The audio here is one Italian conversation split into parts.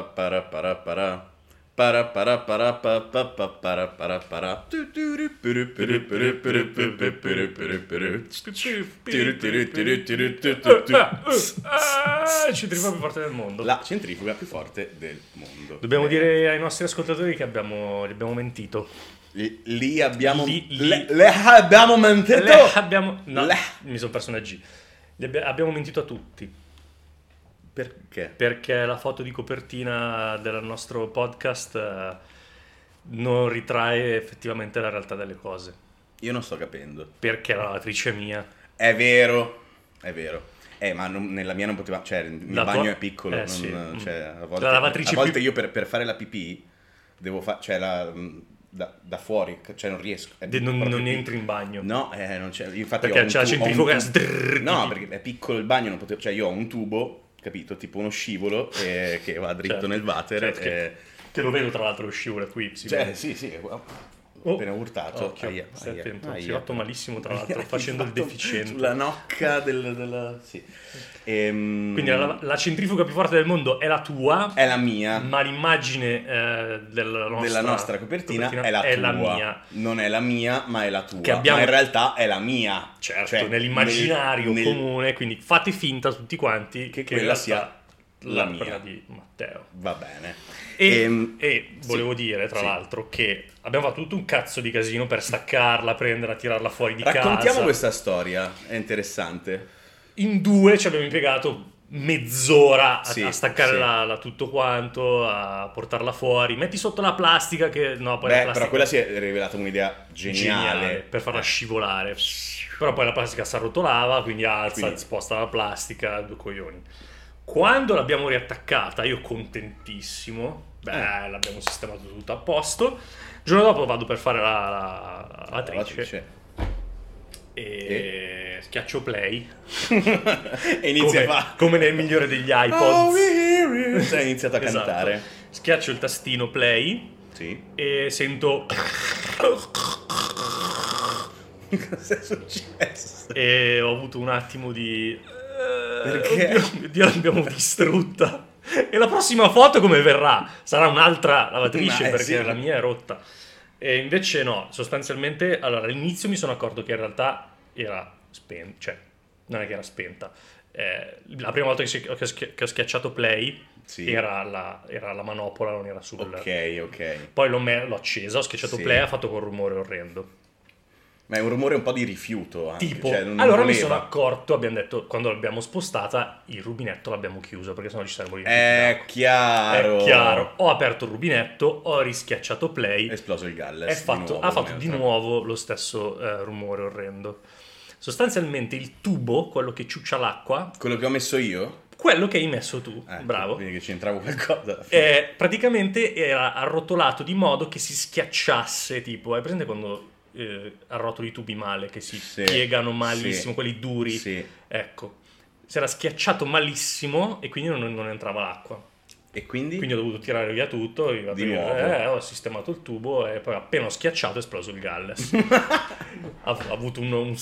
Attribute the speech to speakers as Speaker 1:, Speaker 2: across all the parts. Speaker 1: Paraparaparapapaparaparapara. Paraparaparapapapaparapara.
Speaker 2: Ah, Centrifuga più forte del mondo.
Speaker 1: La centrifuga più forte del mondo.
Speaker 2: Dobbiamo dire ai nostri ascoltatori che abbiamo, gli abbiamo mentito.
Speaker 1: Lì- Lì abbiamo...
Speaker 2: Lì- lì.
Speaker 1: Le, le abbiamo mentito!
Speaker 2: Le abbiamo... No,
Speaker 1: Certo! Le-
Speaker 2: mi sono perso una G. Li abbia- abbiamo mentito a tutti.
Speaker 1: Perché?
Speaker 2: Perché la foto di copertina del nostro podcast eh, non ritrae effettivamente la realtà delle cose.
Speaker 1: Io non sto capendo.
Speaker 2: Perché la lavatrice mia.
Speaker 1: È vero, è vero. Eh, ma non- nella mia non poteva... Cioè, il
Speaker 2: La tua-
Speaker 1: bagno è piccolo.
Speaker 2: eh,
Speaker 1: non-
Speaker 2: sì. Mm.
Speaker 1: cioè, a
Speaker 2: La
Speaker 1: volte,
Speaker 2: lavatrice
Speaker 1: a volte
Speaker 2: più-
Speaker 1: io per, per fare la pipì devo fare... Cioè, la- da, da fuori, cioè non riesco. È
Speaker 2: De- non,
Speaker 1: proprio
Speaker 2: non
Speaker 1: pic-
Speaker 2: entri in bagno.
Speaker 1: No, eh, non c'è. io Infatti
Speaker 2: Perché
Speaker 1: ho un
Speaker 2: c'è la
Speaker 1: tu- ho un
Speaker 2: centrifuga.
Speaker 1: tu-
Speaker 2: sdrrr,
Speaker 1: No,
Speaker 2: di-
Speaker 1: perché è piccolo il bagno, non potevo, cioè io ho un tubo, capito, tipo uno scivolo eh, che va dritto
Speaker 2: Certo,
Speaker 1: nel water.
Speaker 2: certo che-
Speaker 1: eh,
Speaker 2: Che lo vedo tra l'altro lo scivola qui. Si
Speaker 1: cioè,
Speaker 2: vede.
Speaker 1: sì, sì, ho
Speaker 2: Oh,
Speaker 1: appena urtato.
Speaker 2: occhio,
Speaker 1: Aia,
Speaker 2: stai
Speaker 1: aia,
Speaker 2: attento.
Speaker 1: aia.
Speaker 2: Si è fatto malissimo tra l'altro
Speaker 1: Hai
Speaker 2: facendo il
Speaker 1: fatto
Speaker 2: deficiente.
Speaker 1: Sulla Esatto. nocca del- della... Sì. Ehm,
Speaker 2: Quindi la, la centrifuga più forte del mondo è la tua,
Speaker 1: È la mia,
Speaker 2: ma l'immagine eh, della nostra,
Speaker 1: Eh. della nostra copertina, è la tua.
Speaker 2: mia.
Speaker 1: Non è la mia, ma è la tua.
Speaker 2: Che abbiamo-
Speaker 1: Ma in realtà è la mia.
Speaker 2: Certo,
Speaker 1: Cioè,
Speaker 2: nell'immaginario
Speaker 1: nel- nel-
Speaker 2: comune, quindi fate finta tutti quanti che, in
Speaker 1: quella
Speaker 2: realtà
Speaker 1: sia la
Speaker 2: l'opera
Speaker 1: mia.
Speaker 2: di Matteo.
Speaker 1: Va bene.
Speaker 2: E,
Speaker 1: Ehm,
Speaker 2: e
Speaker 1: sì.
Speaker 2: volevo dire, tra
Speaker 1: Sì.
Speaker 2: l'altro, che abbiamo fatto tutto un cazzo di casino per staccarla, prenderla, tirarla fuori di
Speaker 1: Raccontiamo
Speaker 2: casa.
Speaker 1: questa storia, è interessante.
Speaker 2: In due ci abbiamo impiegato mezz'ora a,
Speaker 1: Sì,
Speaker 2: a staccare
Speaker 1: sì.
Speaker 2: la, la tutto quanto, a portarla fuori. Metti sotto la plastica che... No, poi la
Speaker 1: Beh,
Speaker 2: plastica
Speaker 1: però quella si è rivelata un'idea geniale.
Speaker 2: per farla
Speaker 1: Eh,
Speaker 2: scivolare. Però poi la plastica si arrotolava, quindi alza,
Speaker 1: Quindi-
Speaker 2: sposta la plastica, due coglioni. Quando l'abbiamo riattaccata, io contentissimo, beh,
Speaker 1: Eh.
Speaker 2: l'abbiamo sistemato tutto a posto. Il giorno dopo vado per fare la, la, la lavatrice
Speaker 1: lavatrice.
Speaker 2: e schiaccio play.
Speaker 1: e inizia
Speaker 2: come,
Speaker 1: a fa-
Speaker 2: come nel migliore degli
Speaker 1: Oh,
Speaker 2: iPod.
Speaker 1: we hear you. Cioè, ha iniziato a
Speaker 2: Esatto.
Speaker 1: cantare.
Speaker 2: Schiaccio il tastino play
Speaker 1: Sì.
Speaker 2: e sento
Speaker 1: Cosa è successo?
Speaker 2: e ho avuto un attimo di eh,
Speaker 1: Perché?
Speaker 2: oddio, mio Dio, l'abbiamo distrutta e la prossima foto come verrà? sarà un'altra lavatrice
Speaker 1: Ma, eh,
Speaker 2: perché
Speaker 1: sì.
Speaker 2: la mia è rotta e invece no sostanzialmente allora all'inizio mi sono accorto che in realtà era spenta cioè non è che era spenta Eh, la prima volta che, si- che ho schi- che ho schiacciato play
Speaker 1: Sì.
Speaker 2: era, la, era la manopola non era sul
Speaker 1: Ok, ok.
Speaker 2: poi l'ho, me- l'ho accesa ho schiacciato
Speaker 1: Sì.
Speaker 2: play ha fatto quel rumore orrendo
Speaker 1: Ma è un rumore un po' di rifiuto. Anche.
Speaker 2: Tipo,
Speaker 1: cioè, non
Speaker 2: allora mi
Speaker 1: voleva.
Speaker 2: sono accorto, abbiamo detto, quando l'abbiamo spostata, il rubinetto l'abbiamo chiuso, perché sennò ci saremmo lì.
Speaker 1: È chiaro.
Speaker 2: È chiaro. Ho aperto il rubinetto, ho rischiacciato play,
Speaker 1: È esploso il galles.
Speaker 2: è
Speaker 1: di
Speaker 2: fatto-
Speaker 1: nuovo,
Speaker 2: ha fatto di
Speaker 1: un'altra.
Speaker 2: nuovo lo stesso eh, rumore orrendo. Sostanzialmente il tubo, quello che ciuccia l'acqua,
Speaker 1: Quello che ho messo io.
Speaker 2: quello che hai messo tu,
Speaker 1: Ecco,
Speaker 2: bravo,
Speaker 1: Quindi che c'entravo qualcosa. alla fine.
Speaker 2: eh, praticamente era arrotolato di modo che si schiacciasse, tipo, hai presente quando eh, arrotoli i tubi male, che si
Speaker 1: Sì,
Speaker 2: piegano
Speaker 1: sì.
Speaker 2: malissimo, quelli duri?
Speaker 1: Sì.
Speaker 2: Ecco, si era schiacciato malissimo e quindi non, non entrava l'acqua.
Speaker 1: E quindi?
Speaker 2: Quindi ho dovuto tirare via tutto, ho tirato
Speaker 1: Di
Speaker 2: via-
Speaker 1: nuovo.
Speaker 2: eh, ho sistemato il tubo e poi appena ho schiacciato è esploso il galles. ha, ha avuto un, un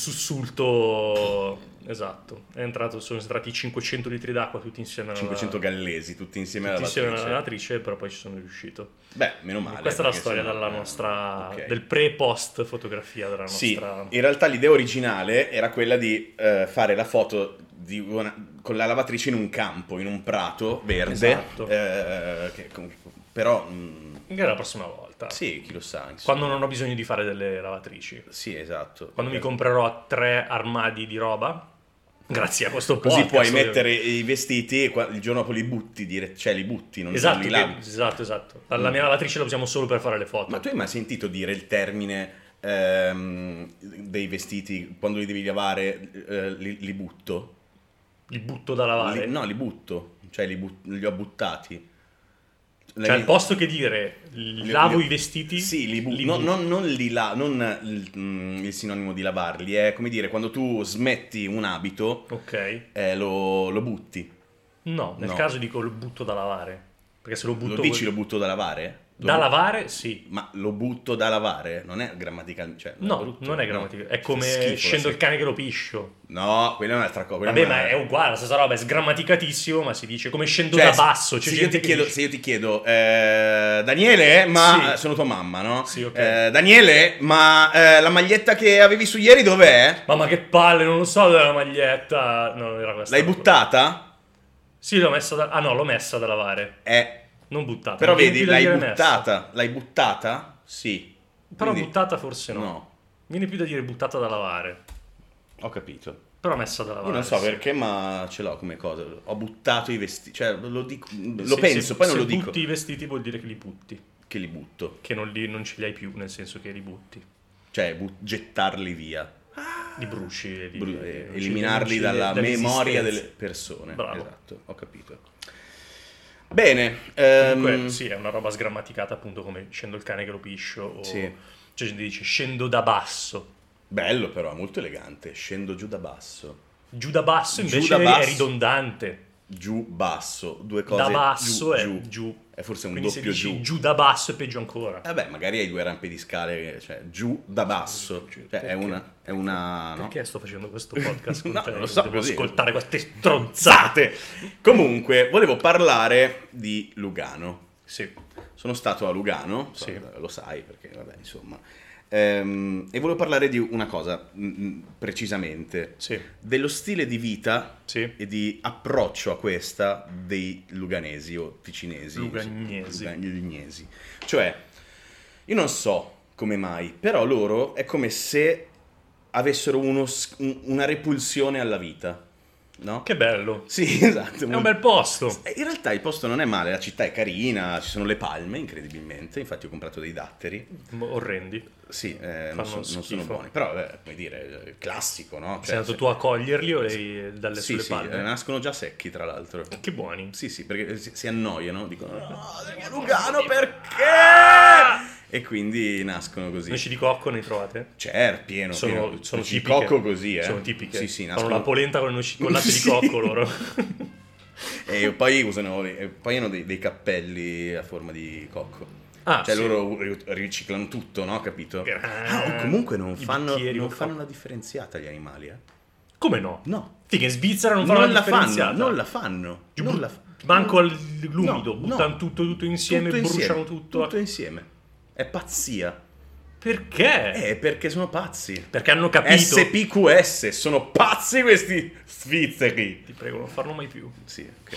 Speaker 2: sussulto esatto. È entrato, sono entrati 500 litri d'acqua tutti insieme alla
Speaker 1: 500 gallesi tutti insieme
Speaker 2: tutti
Speaker 1: alla
Speaker 2: insieme alla
Speaker 1: lavatrice.
Speaker 2: lavatrice, però poi ci sono riuscito.
Speaker 1: Beh, meno male.
Speaker 2: Questa è la
Speaker 1: perché
Speaker 2: storia
Speaker 1: sennò- eh,
Speaker 2: della nostra
Speaker 1: Ok.
Speaker 2: del pre-post fotografia della
Speaker 1: Sì,
Speaker 2: nostra
Speaker 1: in realtà l'idea originale era quella di eh, fare la foto di una- con la lavatrice in un campo, in un prato verde.
Speaker 2: Esatto.
Speaker 1: eh, che com- però, mh,
Speaker 2: Magari la prossima volta.
Speaker 1: sì, chi lo sa. insomma.
Speaker 2: Quando non ho bisogno di fare delle lavatrici.
Speaker 1: Sì, esatto.
Speaker 2: Quando mi
Speaker 1: Perché
Speaker 2: comprerò tre armadi di roba, grazie a questo
Speaker 1: Così
Speaker 2: podcast,
Speaker 1: puoi
Speaker 2: ovviamente.
Speaker 1: mettere i vestiti e qua- il giorno dopo li butti, dire, cioè li butti, non
Speaker 2: Esatto,
Speaker 1: non li
Speaker 2: che-
Speaker 1: lavi.
Speaker 2: esatto, esatto. La, la mia lavatrice la usiamo solo per fare le foto.
Speaker 1: Mm. Ma tu hai mai sentito dire il termine ehm, dei vestiti quando li devi lavare eh, li, li butto?
Speaker 2: Li butto da lavare.
Speaker 1: Li- no, li butto, cioè li, but- li ho buttati.
Speaker 2: Cioè, al posto che dire
Speaker 1: Li-
Speaker 2: lavo
Speaker 1: li-
Speaker 2: i vestiti,
Speaker 1: Sì, li bu-
Speaker 2: li
Speaker 1: no,
Speaker 2: butto.
Speaker 1: non, non li la- non il, mm, il sinonimo di lavarli, è come dire quando tu smetti un abito
Speaker 2: Ok.
Speaker 1: eh, lo, lo butti.
Speaker 2: No, nel
Speaker 1: No.
Speaker 2: caso dico lo butto da lavare. Perché se lo butto...
Speaker 1: lo dici
Speaker 2: vuol-
Speaker 1: lo butto da lavare?
Speaker 2: Da lavare, sì.
Speaker 1: Ma lo butto da lavare? Non è grammaticalmente... Cioè, lo
Speaker 2: No,
Speaker 1: butto?
Speaker 2: non è
Speaker 1: No.
Speaker 2: grammaticale. È
Speaker 1: Fa
Speaker 2: come
Speaker 1: schifo la
Speaker 2: scendo il
Speaker 1: sera.
Speaker 2: cane che lo piscio.
Speaker 1: No, quella è un'altra cosa. quella
Speaker 2: Vabbè,
Speaker 1: non
Speaker 2: ma è uguale, la stessa roba, è sgrammaticatissimo, ma si dice come scendo
Speaker 1: Cioè,
Speaker 2: da basso. C'è
Speaker 1: se, io ti
Speaker 2: gente che
Speaker 1: chiedo,
Speaker 2: dice-
Speaker 1: se io ti chiedo, eh, Daniele, ma
Speaker 2: Sì.
Speaker 1: sono tua mamma, no?
Speaker 2: Sì, ok.
Speaker 1: Eh, Daniele, ma eh, la maglietta che avevi su ieri dov'è?
Speaker 2: Mamma che palle, non lo so dove è la maglietta. No, non era questa.
Speaker 1: L'hai buttata?
Speaker 2: Sì, l'ho messa da... Ah no, l'ho messa da lavare.
Speaker 1: Eh,
Speaker 2: Non buttata.
Speaker 1: però
Speaker 2: mi viene
Speaker 1: vedi,
Speaker 2: più da
Speaker 1: l'hai
Speaker 2: dire messa.
Speaker 1: buttata. L'hai buttata? Sì.
Speaker 2: Però
Speaker 1: Quindi-
Speaker 2: buttata forse no.
Speaker 1: No,
Speaker 2: Viene più da dire buttata da lavare.
Speaker 1: ho capito.
Speaker 2: Però messa da lavare.
Speaker 1: Io non so
Speaker 2: sì.
Speaker 1: perché, ma ce l'ho come cosa. Ho buttato i vestiti. Cioè, lo, dico- lo
Speaker 2: Sì,
Speaker 1: penso,
Speaker 2: se-
Speaker 1: poi non
Speaker 2: se
Speaker 1: lo dico.
Speaker 2: butti i vestiti vuol dire che li butti.
Speaker 1: Che li butto.
Speaker 2: Che non, li, non ce li hai più, nel senso che li butti.
Speaker 1: Cioè, bu- gettarli via.
Speaker 2: Li bruci. Li,
Speaker 1: Bru-
Speaker 2: li-
Speaker 1: eh,
Speaker 2: non ci- non
Speaker 1: eliminarli
Speaker 2: ci-
Speaker 1: dalla memoria delle
Speaker 2: dall'esistenza.
Speaker 1: persone.
Speaker 2: Bravo.
Speaker 1: Esatto, ho capito. Bene. ehm,
Speaker 2: Comunque, sì, è una roba sgrammaticata appunto come scendo il cane che lo piscio o
Speaker 1: Sì.
Speaker 2: cioè gente dice scendo da basso.
Speaker 1: Bello però, molto elegante. Scendo giù da basso.
Speaker 2: Giù da basso
Speaker 1: Giù
Speaker 2: invece
Speaker 1: da basso.
Speaker 2: è ridondante.
Speaker 1: Giù, basso. Due cose.
Speaker 2: da
Speaker 1: giù,
Speaker 2: basso è
Speaker 1: giù.
Speaker 2: giù.
Speaker 1: È forse un
Speaker 2: Quindi se
Speaker 1: doppio
Speaker 2: dici
Speaker 1: giù. Eh,
Speaker 2: giù. da basso è peggio ancora.
Speaker 1: Vabbè, magari hai due rampe di scale, cioè giù da basso.
Speaker 2: Giù,
Speaker 1: Cioè, è
Speaker 2: perché?
Speaker 1: una... È una no?
Speaker 2: Perché sto facendo questo podcast con
Speaker 1: No,
Speaker 2: te?
Speaker 1: non lo so,
Speaker 2: Devo
Speaker 1: così.
Speaker 2: ascoltare queste stronzate.
Speaker 1: Comunque, volevo parlare di Lugano.
Speaker 2: Sì.
Speaker 1: Sono stato a Lugano,
Speaker 2: Sì.
Speaker 1: so- lo sai perché, vabbè, insomma. Ehm, e volevo parlare di una cosa, mm, mm, precisamente,
Speaker 2: Sì.
Speaker 1: dello stile di vita
Speaker 2: Sì.
Speaker 1: e di approccio a questa dei luganesi o ticinesi.
Speaker 2: Lugagnesi.
Speaker 1: Lugagnesi. Cioè, io non so come mai, però loro è come se avessero uno s- un- una repulsione alla vita, no?
Speaker 2: Che bello.
Speaker 1: Sì, esatto.
Speaker 2: È un bel posto.
Speaker 1: Eh, In realtà il posto non è male, la città è carina, ci sono le palme incredibilmente, infatti ho comprato dei datteri,
Speaker 2: M- Orrendi.
Speaker 1: sì, eh,
Speaker 2: Fanno
Speaker 1: non, so- non sono
Speaker 2: schifo.
Speaker 1: buoni, però vabbè, come dire, è classico, no? Cioè,
Speaker 2: Sei andato tu a coglierli o lei dalle
Speaker 1: sì,
Speaker 2: sulle
Speaker 1: sì,
Speaker 2: palle?
Speaker 1: eh, nascono già secchi tra l'altro.
Speaker 2: Che buoni.
Speaker 1: Sì, sì, perché si, si annoiano, dicono
Speaker 2: Ah,
Speaker 1: no, perché Lugano perché? E quindi nascono così.
Speaker 2: Noci di cocco ne trovate?
Speaker 1: Certo, pieno,
Speaker 2: Sono,
Speaker 1: pieno.
Speaker 2: sono
Speaker 1: Noci di
Speaker 2: tipiche.
Speaker 1: cocco così, eh.
Speaker 2: Sono tipiche.
Speaker 1: Sì, sì,
Speaker 2: Fanno
Speaker 1: nascono
Speaker 2: la polenta con, le noci, con latte di
Speaker 1: Sì.
Speaker 2: cocco loro.
Speaker 1: E Eh, poi usano, e poi hanno dei, dei cappelli a forma di cocco.
Speaker 2: Ah,
Speaker 1: cioè
Speaker 2: sì.
Speaker 1: loro ri- riciclano tutto, no? Capito?
Speaker 2: Grande.
Speaker 1: Ah, o comunque non
Speaker 2: I
Speaker 1: fanno,
Speaker 2: bicchieri,
Speaker 1: non
Speaker 2: col
Speaker 1: fanno
Speaker 2: cocco.
Speaker 1: la differenziata gli animali, eh?
Speaker 2: Come no?
Speaker 1: No.
Speaker 2: Figa, in Svizzera non fanno la
Speaker 1: la fanno,
Speaker 2: differenziata.
Speaker 1: non la fanno.
Speaker 2: Giù
Speaker 1: non
Speaker 2: bu-
Speaker 1: la fa-
Speaker 2: Manco
Speaker 1: non-
Speaker 2: all'umido,
Speaker 1: no,
Speaker 2: buttano
Speaker 1: no.
Speaker 2: tutto, tutto insieme,
Speaker 1: Tutto
Speaker 2: bruciano
Speaker 1: insieme,
Speaker 2: tutto.
Speaker 1: Tutto insieme. È pazzia.
Speaker 2: Perché?
Speaker 1: Eh, perché sono pazzi.
Speaker 2: Perché hanno capito.
Speaker 1: SPQS, sono pazzi questi svizzeri.
Speaker 2: Ti prego, non farlo mai più.
Speaker 1: Sì, ok.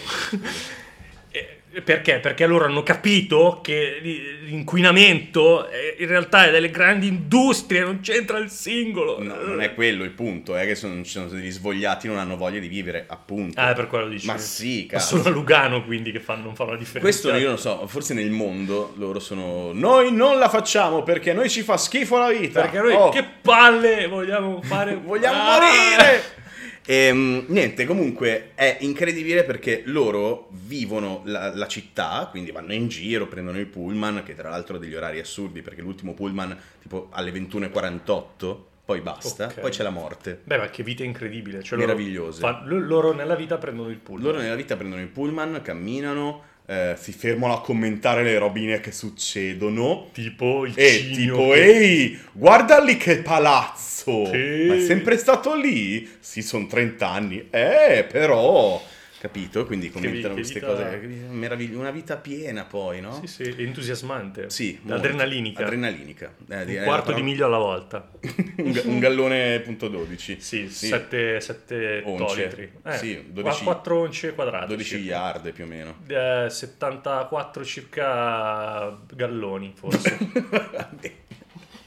Speaker 2: Eh, Perché? Perché loro hanno capito che l- l'inquinamento eh, in realtà è delle grandi industrie, non c'entra il singolo. Eh.
Speaker 1: No, non è quello il punto, è che sono, ci sono degli svogliati non hanno voglia di vivere, appunto.
Speaker 2: Ah, è per quello dici.
Speaker 1: Ma sì,
Speaker 2: Ma
Speaker 1: cazzo.
Speaker 2: sono a Lugano quindi che fanno, non fanno la differenza.
Speaker 1: Questo io non so, forse nel mondo loro sono noi non la facciamo perché noi ci fa schifo la vita.
Speaker 2: Perché noi
Speaker 1: Oh,
Speaker 2: che palle vogliamo fare?
Speaker 1: vogliamo
Speaker 2: Ah!
Speaker 1: morire. Ehm, niente, comunque è incredibile perché loro vivono la, la città, quindi vanno in giro, prendono i pullman, che tra l'altro ha degli orari assurdi perché l'ultimo pullman tipo alle 21.48, poi basta,
Speaker 2: Ok.
Speaker 1: poi c'è la morte.
Speaker 2: Beh, ma che vita incredibile. Cioè, loro
Speaker 1: Meravigliose.
Speaker 2: fan- lo- loro nella vita prendono il pull.
Speaker 1: Loro nella vita prendono il pullman, camminano, eh, si fermano a commentare le robine che succedono.
Speaker 2: Tipo il
Speaker 1: E
Speaker 2: cigno
Speaker 1: Eh, tipo,
Speaker 2: che-
Speaker 1: ehi, guarda lì che palazzo!
Speaker 2: Sì.
Speaker 1: Ma è sempre stato lì? Sì, sono 30 anni. Eh, però... Capito? Quindi commentano
Speaker 2: vi-
Speaker 1: queste
Speaker 2: che
Speaker 1: cose.
Speaker 2: vita-
Speaker 1: Meravigli- una vita piena poi, no?
Speaker 2: Sì, sì, è entusiasmante.
Speaker 1: Sì, molto.
Speaker 2: Adrenalinica.
Speaker 1: Adrenalinica. Eh, direi
Speaker 2: Un
Speaker 1: la
Speaker 2: quarto di
Speaker 1: parola-
Speaker 2: miglio alla volta.
Speaker 1: un, ga- un gallone punto 12.
Speaker 2: Sì, 7 sette
Speaker 1: Once.
Speaker 2: ettolitri.
Speaker 1: Sì,
Speaker 2: qua-
Speaker 1: 12
Speaker 2: 4 once quadrate.
Speaker 1: 12
Speaker 2: circa.
Speaker 1: yard più o meno.
Speaker 2: Eh, 74 circa galloni, forse.
Speaker 1: Vabbè.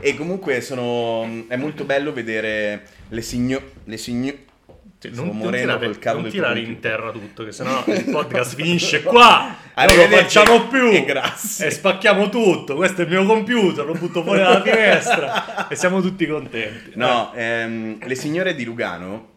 Speaker 1: e comunque sono, è molto bello vedere le signore. Le signo...
Speaker 2: Cioè,
Speaker 1: Stavo
Speaker 2: non, non
Speaker 1: morendo
Speaker 2: tirare,
Speaker 1: col cavo
Speaker 2: non
Speaker 1: del
Speaker 2: tirare in
Speaker 1: computer.
Speaker 2: terra tutto, che sennò il podcast finisce qua. Non lo
Speaker 1: Arrivederci.
Speaker 2: facciamo più.
Speaker 1: E grazie.
Speaker 2: E spacchiamo tutto. Questo è il mio computer, lo butto fuori dalla finestra. e siamo tutti contenti.
Speaker 1: No, ehm, le signore di Lugano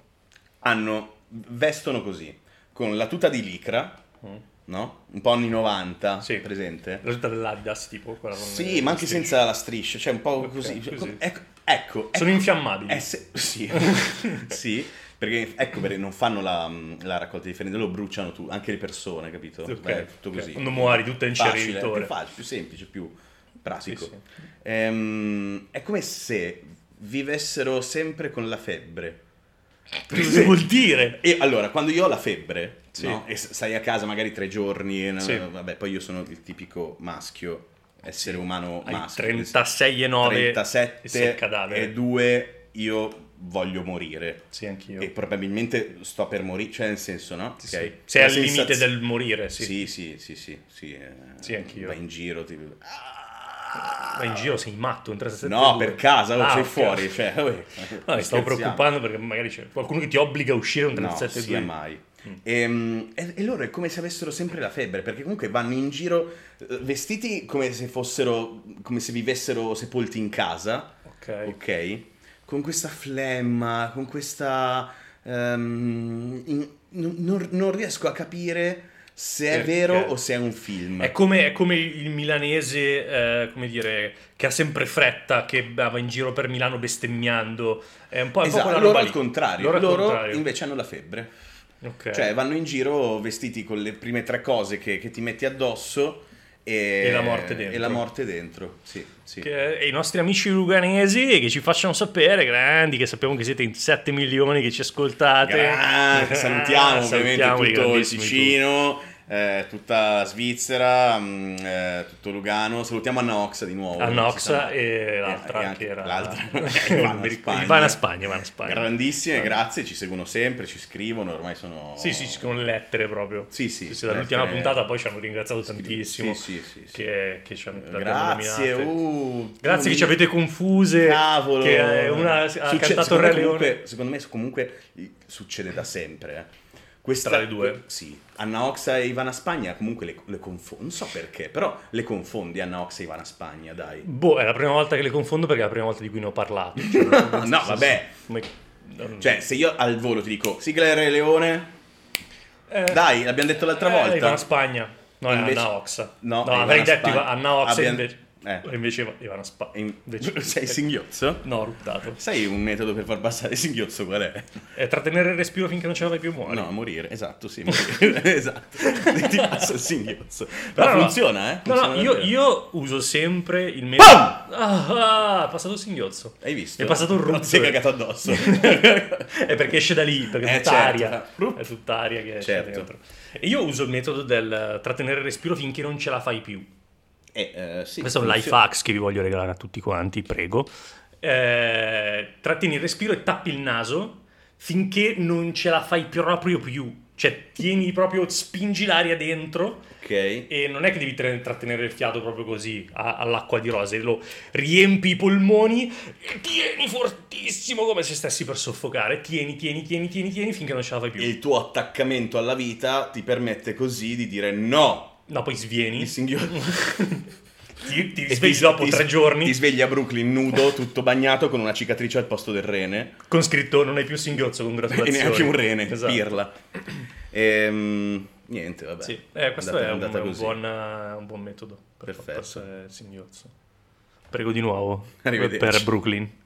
Speaker 1: hanno, vestono così, con la tuta di licra,
Speaker 2: Mm.
Speaker 1: no? Un po' anni 90,
Speaker 2: Sì.
Speaker 1: presente?
Speaker 2: La tutta dell'Adidas, tipo. quella con
Speaker 1: Sì,
Speaker 2: le-
Speaker 1: ma anche
Speaker 2: sì.
Speaker 1: senza la striscia, cioè un po'
Speaker 2: Ok,
Speaker 1: così.
Speaker 2: così.
Speaker 1: Ecco, ecco.
Speaker 2: Sono
Speaker 1: ecco.
Speaker 2: infiammabili.
Speaker 1: Eh, se- sì, sì. Perché ecco perché non fanno la, la raccolta differenziale, lo bruciano tu, anche le persone, capito?
Speaker 2: Ok,
Speaker 1: Beh, tutto
Speaker 2: ok.
Speaker 1: così.
Speaker 2: Non muori, tutto è
Speaker 1: Facile,
Speaker 2: inceneritore.
Speaker 1: più facile, più semplice, più pratico.
Speaker 2: Sì, sì.
Speaker 1: Ehm, è come se vivessero sempre con la febbre.
Speaker 2: Cosa vuol dire?
Speaker 1: E allora, quando io ho la febbre,
Speaker 2: Sì.
Speaker 1: no? e s- stai a casa magari tre giorni, e no-
Speaker 2: Sì.
Speaker 1: vabbè, poi io sono il tipico maschio, essere umano
Speaker 2: Hai
Speaker 1: maschio.
Speaker 2: 36 e 9 e sei
Speaker 1: 37
Speaker 2: il cadavere.
Speaker 1: e 2, io voglio morire.
Speaker 2: Sì, anch'io.
Speaker 1: E probabilmente sto per morire, cioè nel senso, no?
Speaker 2: Sì,
Speaker 1: Ok.
Speaker 2: sì. Sei
Speaker 1: La
Speaker 2: al limite
Speaker 1: sensaz-
Speaker 2: del morire, sì.
Speaker 1: Sì, sì, sì, sì, sì, eh,
Speaker 2: Sì, anch'io.
Speaker 1: Vai in giro, tipo...
Speaker 2: Vai in giro, sei matto, un 367
Speaker 1: No, per casa, oh,
Speaker 2: Ah,
Speaker 1: sei
Speaker 2: ok.
Speaker 1: fuori, cioè... uè,
Speaker 2: No, mi stavo
Speaker 1: scherziamo.
Speaker 2: preoccupando perché magari c'è qualcuno che ti obbliga a uscire un
Speaker 1: No,
Speaker 2: 372.
Speaker 1: sia mai.
Speaker 2: Mm.
Speaker 1: Ehm, E, e loro è come se avessero sempre la febbre, perché comunque vanno in giro eh, vestiti come se fossero, come se vivessero sepolti in casa,
Speaker 2: Ok.
Speaker 1: ok? Con questa flemma, con questa... ehm, in- non, non- non riesco a capire se è
Speaker 2: Perché? Ecco,
Speaker 1: vero o se è un film.
Speaker 2: È come, è come il milanese, eh, come dire, che ha sempre fretta, che va in giro per Milano bestemmiando. È un po', è un po'
Speaker 1: Esatto,
Speaker 2: quella
Speaker 1: loro
Speaker 2: roba
Speaker 1: al
Speaker 2: lì.
Speaker 1: contrario,
Speaker 2: Loro
Speaker 1: loro,
Speaker 2: al contrario.
Speaker 1: invece hanno la febbre.
Speaker 2: Ok.
Speaker 1: Cioè vanno in giro vestiti con le prime tre cose che, che ti metti addosso e,
Speaker 2: E la morte dentro.
Speaker 1: e la morte dentro, sì, sì.
Speaker 2: Che- e i nostri amici luganesi che ci facciano sapere, grandi, che sappiamo che siete in 7 milioni, che ci ascoltate.
Speaker 1: Gra- salutiamo ovviamente
Speaker 2: Salutiamoli,
Speaker 1: tutto il
Speaker 2: grandissimi
Speaker 1: Ticino, eh, tutta Svizzera, mm, eh, tutto Lugano. Salutiamo Anna Oxa di nuovo.
Speaker 2: Anna
Speaker 1: non si sa
Speaker 2: Oxa
Speaker 1: mai.
Speaker 2: e l'altra
Speaker 1: e anche
Speaker 2: che era
Speaker 1: l'altra,
Speaker 2: Non mi ricordo. Ivana Spagna, Ivana Spagna.
Speaker 1: Grandissime, grazie, ci seguono sempre, ci scrivono, ormai sono...
Speaker 2: Sì, sì, ci sono lettere proprio.
Speaker 1: Sì, sì,
Speaker 2: dall'ultima
Speaker 1: lettere.
Speaker 2: puntata poi ci hanno ringraziato tantissimo.
Speaker 1: Sì, sì, sì, sì.
Speaker 2: Che, che ci hanno l'abbiamo
Speaker 1: eh, Grazie,
Speaker 2: nominate.
Speaker 1: uh,
Speaker 2: Grazie che ci avete confuse.
Speaker 1: Cavolo,
Speaker 2: Che eh, una ha
Speaker 1: Succe-
Speaker 2: cantato
Speaker 1: secondo
Speaker 2: il Re
Speaker 1: me comunque-
Speaker 2: Leone.
Speaker 1: Secondo me comunque eh, succede da sempre. eh. Questa,
Speaker 2: Tra le due?
Speaker 1: Sì, Anna Oxa e Ivana Spagna comunque le, le confondi, non so perché, però le confondi Anna Oxa e Ivana Spagna, dai.
Speaker 2: Boh, è la prima volta che le confondo perché è la prima volta di cui ne ho parlato. Cioè,
Speaker 1: no, vabbè,
Speaker 2: Come- non-
Speaker 1: cioè se io al volo ti dico sigla del Re Leone,
Speaker 2: Eh,
Speaker 1: dai, l'abbiamo detto l'altra
Speaker 2: eh,
Speaker 1: volta.
Speaker 2: Ivana Spagna. No, è
Speaker 1: Invece-
Speaker 2: Anna Oxa.
Speaker 1: No, è
Speaker 2: avrei
Speaker 1: Ivana
Speaker 2: detto
Speaker 1: Spagna.
Speaker 2: Iva- Anna Oxa
Speaker 1: Abbiamo-
Speaker 2: invece...
Speaker 1: eh.
Speaker 2: e invece Iva- Ivana Spagna.
Speaker 1: E in-
Speaker 2: Invece- eh,
Speaker 1: Sei singhiozzo?
Speaker 2: No, ruttato.
Speaker 1: Sai un metodo per far passare il singhiozzo qual è?
Speaker 2: E trattenere il respiro finché non ce la fai più muore.
Speaker 1: No, morire, esatto, sì, morire. esatto. Ti passa il singhiozzo.
Speaker 2: Però
Speaker 1: Però
Speaker 2: no.
Speaker 1: funziona, eh?
Speaker 2: No, no,
Speaker 1: Funziona
Speaker 2: io,
Speaker 1: davvero.
Speaker 2: io uso sempre il metodo. Ah, ah, è passato il singhiozzo.
Speaker 1: Hai visto?
Speaker 2: È passato un
Speaker 1: Però
Speaker 2: ruzzo.
Speaker 1: Ti sei cagato addosso.
Speaker 2: è perché esce da lì, perché è
Speaker 1: Eh,
Speaker 2: tutta
Speaker 1: certo,
Speaker 2: aria.
Speaker 1: fa-
Speaker 2: È tutta aria che esce
Speaker 1: Certo.
Speaker 2: dentro. E io uso il metodo del eh, trattenere il respiro finché non ce la fai più.
Speaker 1: Eh, eh, sì,
Speaker 2: Questo è un life
Speaker 1: funziona.
Speaker 2: hacks che vi voglio regalare a tutti quanti, prego. Eh, tratteni il respiro e tappi il naso finché non ce la fai proprio più. Cioè, tieni proprio, spingi l'aria dentro
Speaker 1: Ok.
Speaker 2: e non è che devi tra- trattenere il fiato proprio così a- all'acqua di rose, lo riempi i polmoni, e tieni fortissimo come se stessi per soffocare, tieni, tieni, tieni, tieni, tieni finché non ce la fai più.
Speaker 1: Il tuo attaccamento alla vita ti permette così di dire no.
Speaker 2: No, poi svieni,
Speaker 1: Il singhiozzo.
Speaker 2: ti, ti
Speaker 1: E ti-
Speaker 2: svegli dopo
Speaker 1: ti-
Speaker 2: tre giorni
Speaker 1: Ti svegli a Brooklyn nudo, tutto bagnato, con una cicatrice al posto del rene.
Speaker 2: con scritto non hai più singhiozzo,
Speaker 1: E
Speaker 2: congratulazioni.
Speaker 1: neanche un rene,
Speaker 2: Esatto.
Speaker 1: pirla. Ehm, niente, vabbè.
Speaker 2: Sì, eh, questo
Speaker 1: Andata-
Speaker 2: è, un,
Speaker 1: andata
Speaker 2: è un
Speaker 1: così.
Speaker 2: buon, eh, un buon metodo per
Speaker 1: Perfetto.
Speaker 2: passare il singhiozzo. Prego di nuovo
Speaker 1: Arrivederci.
Speaker 2: per Brooklyn.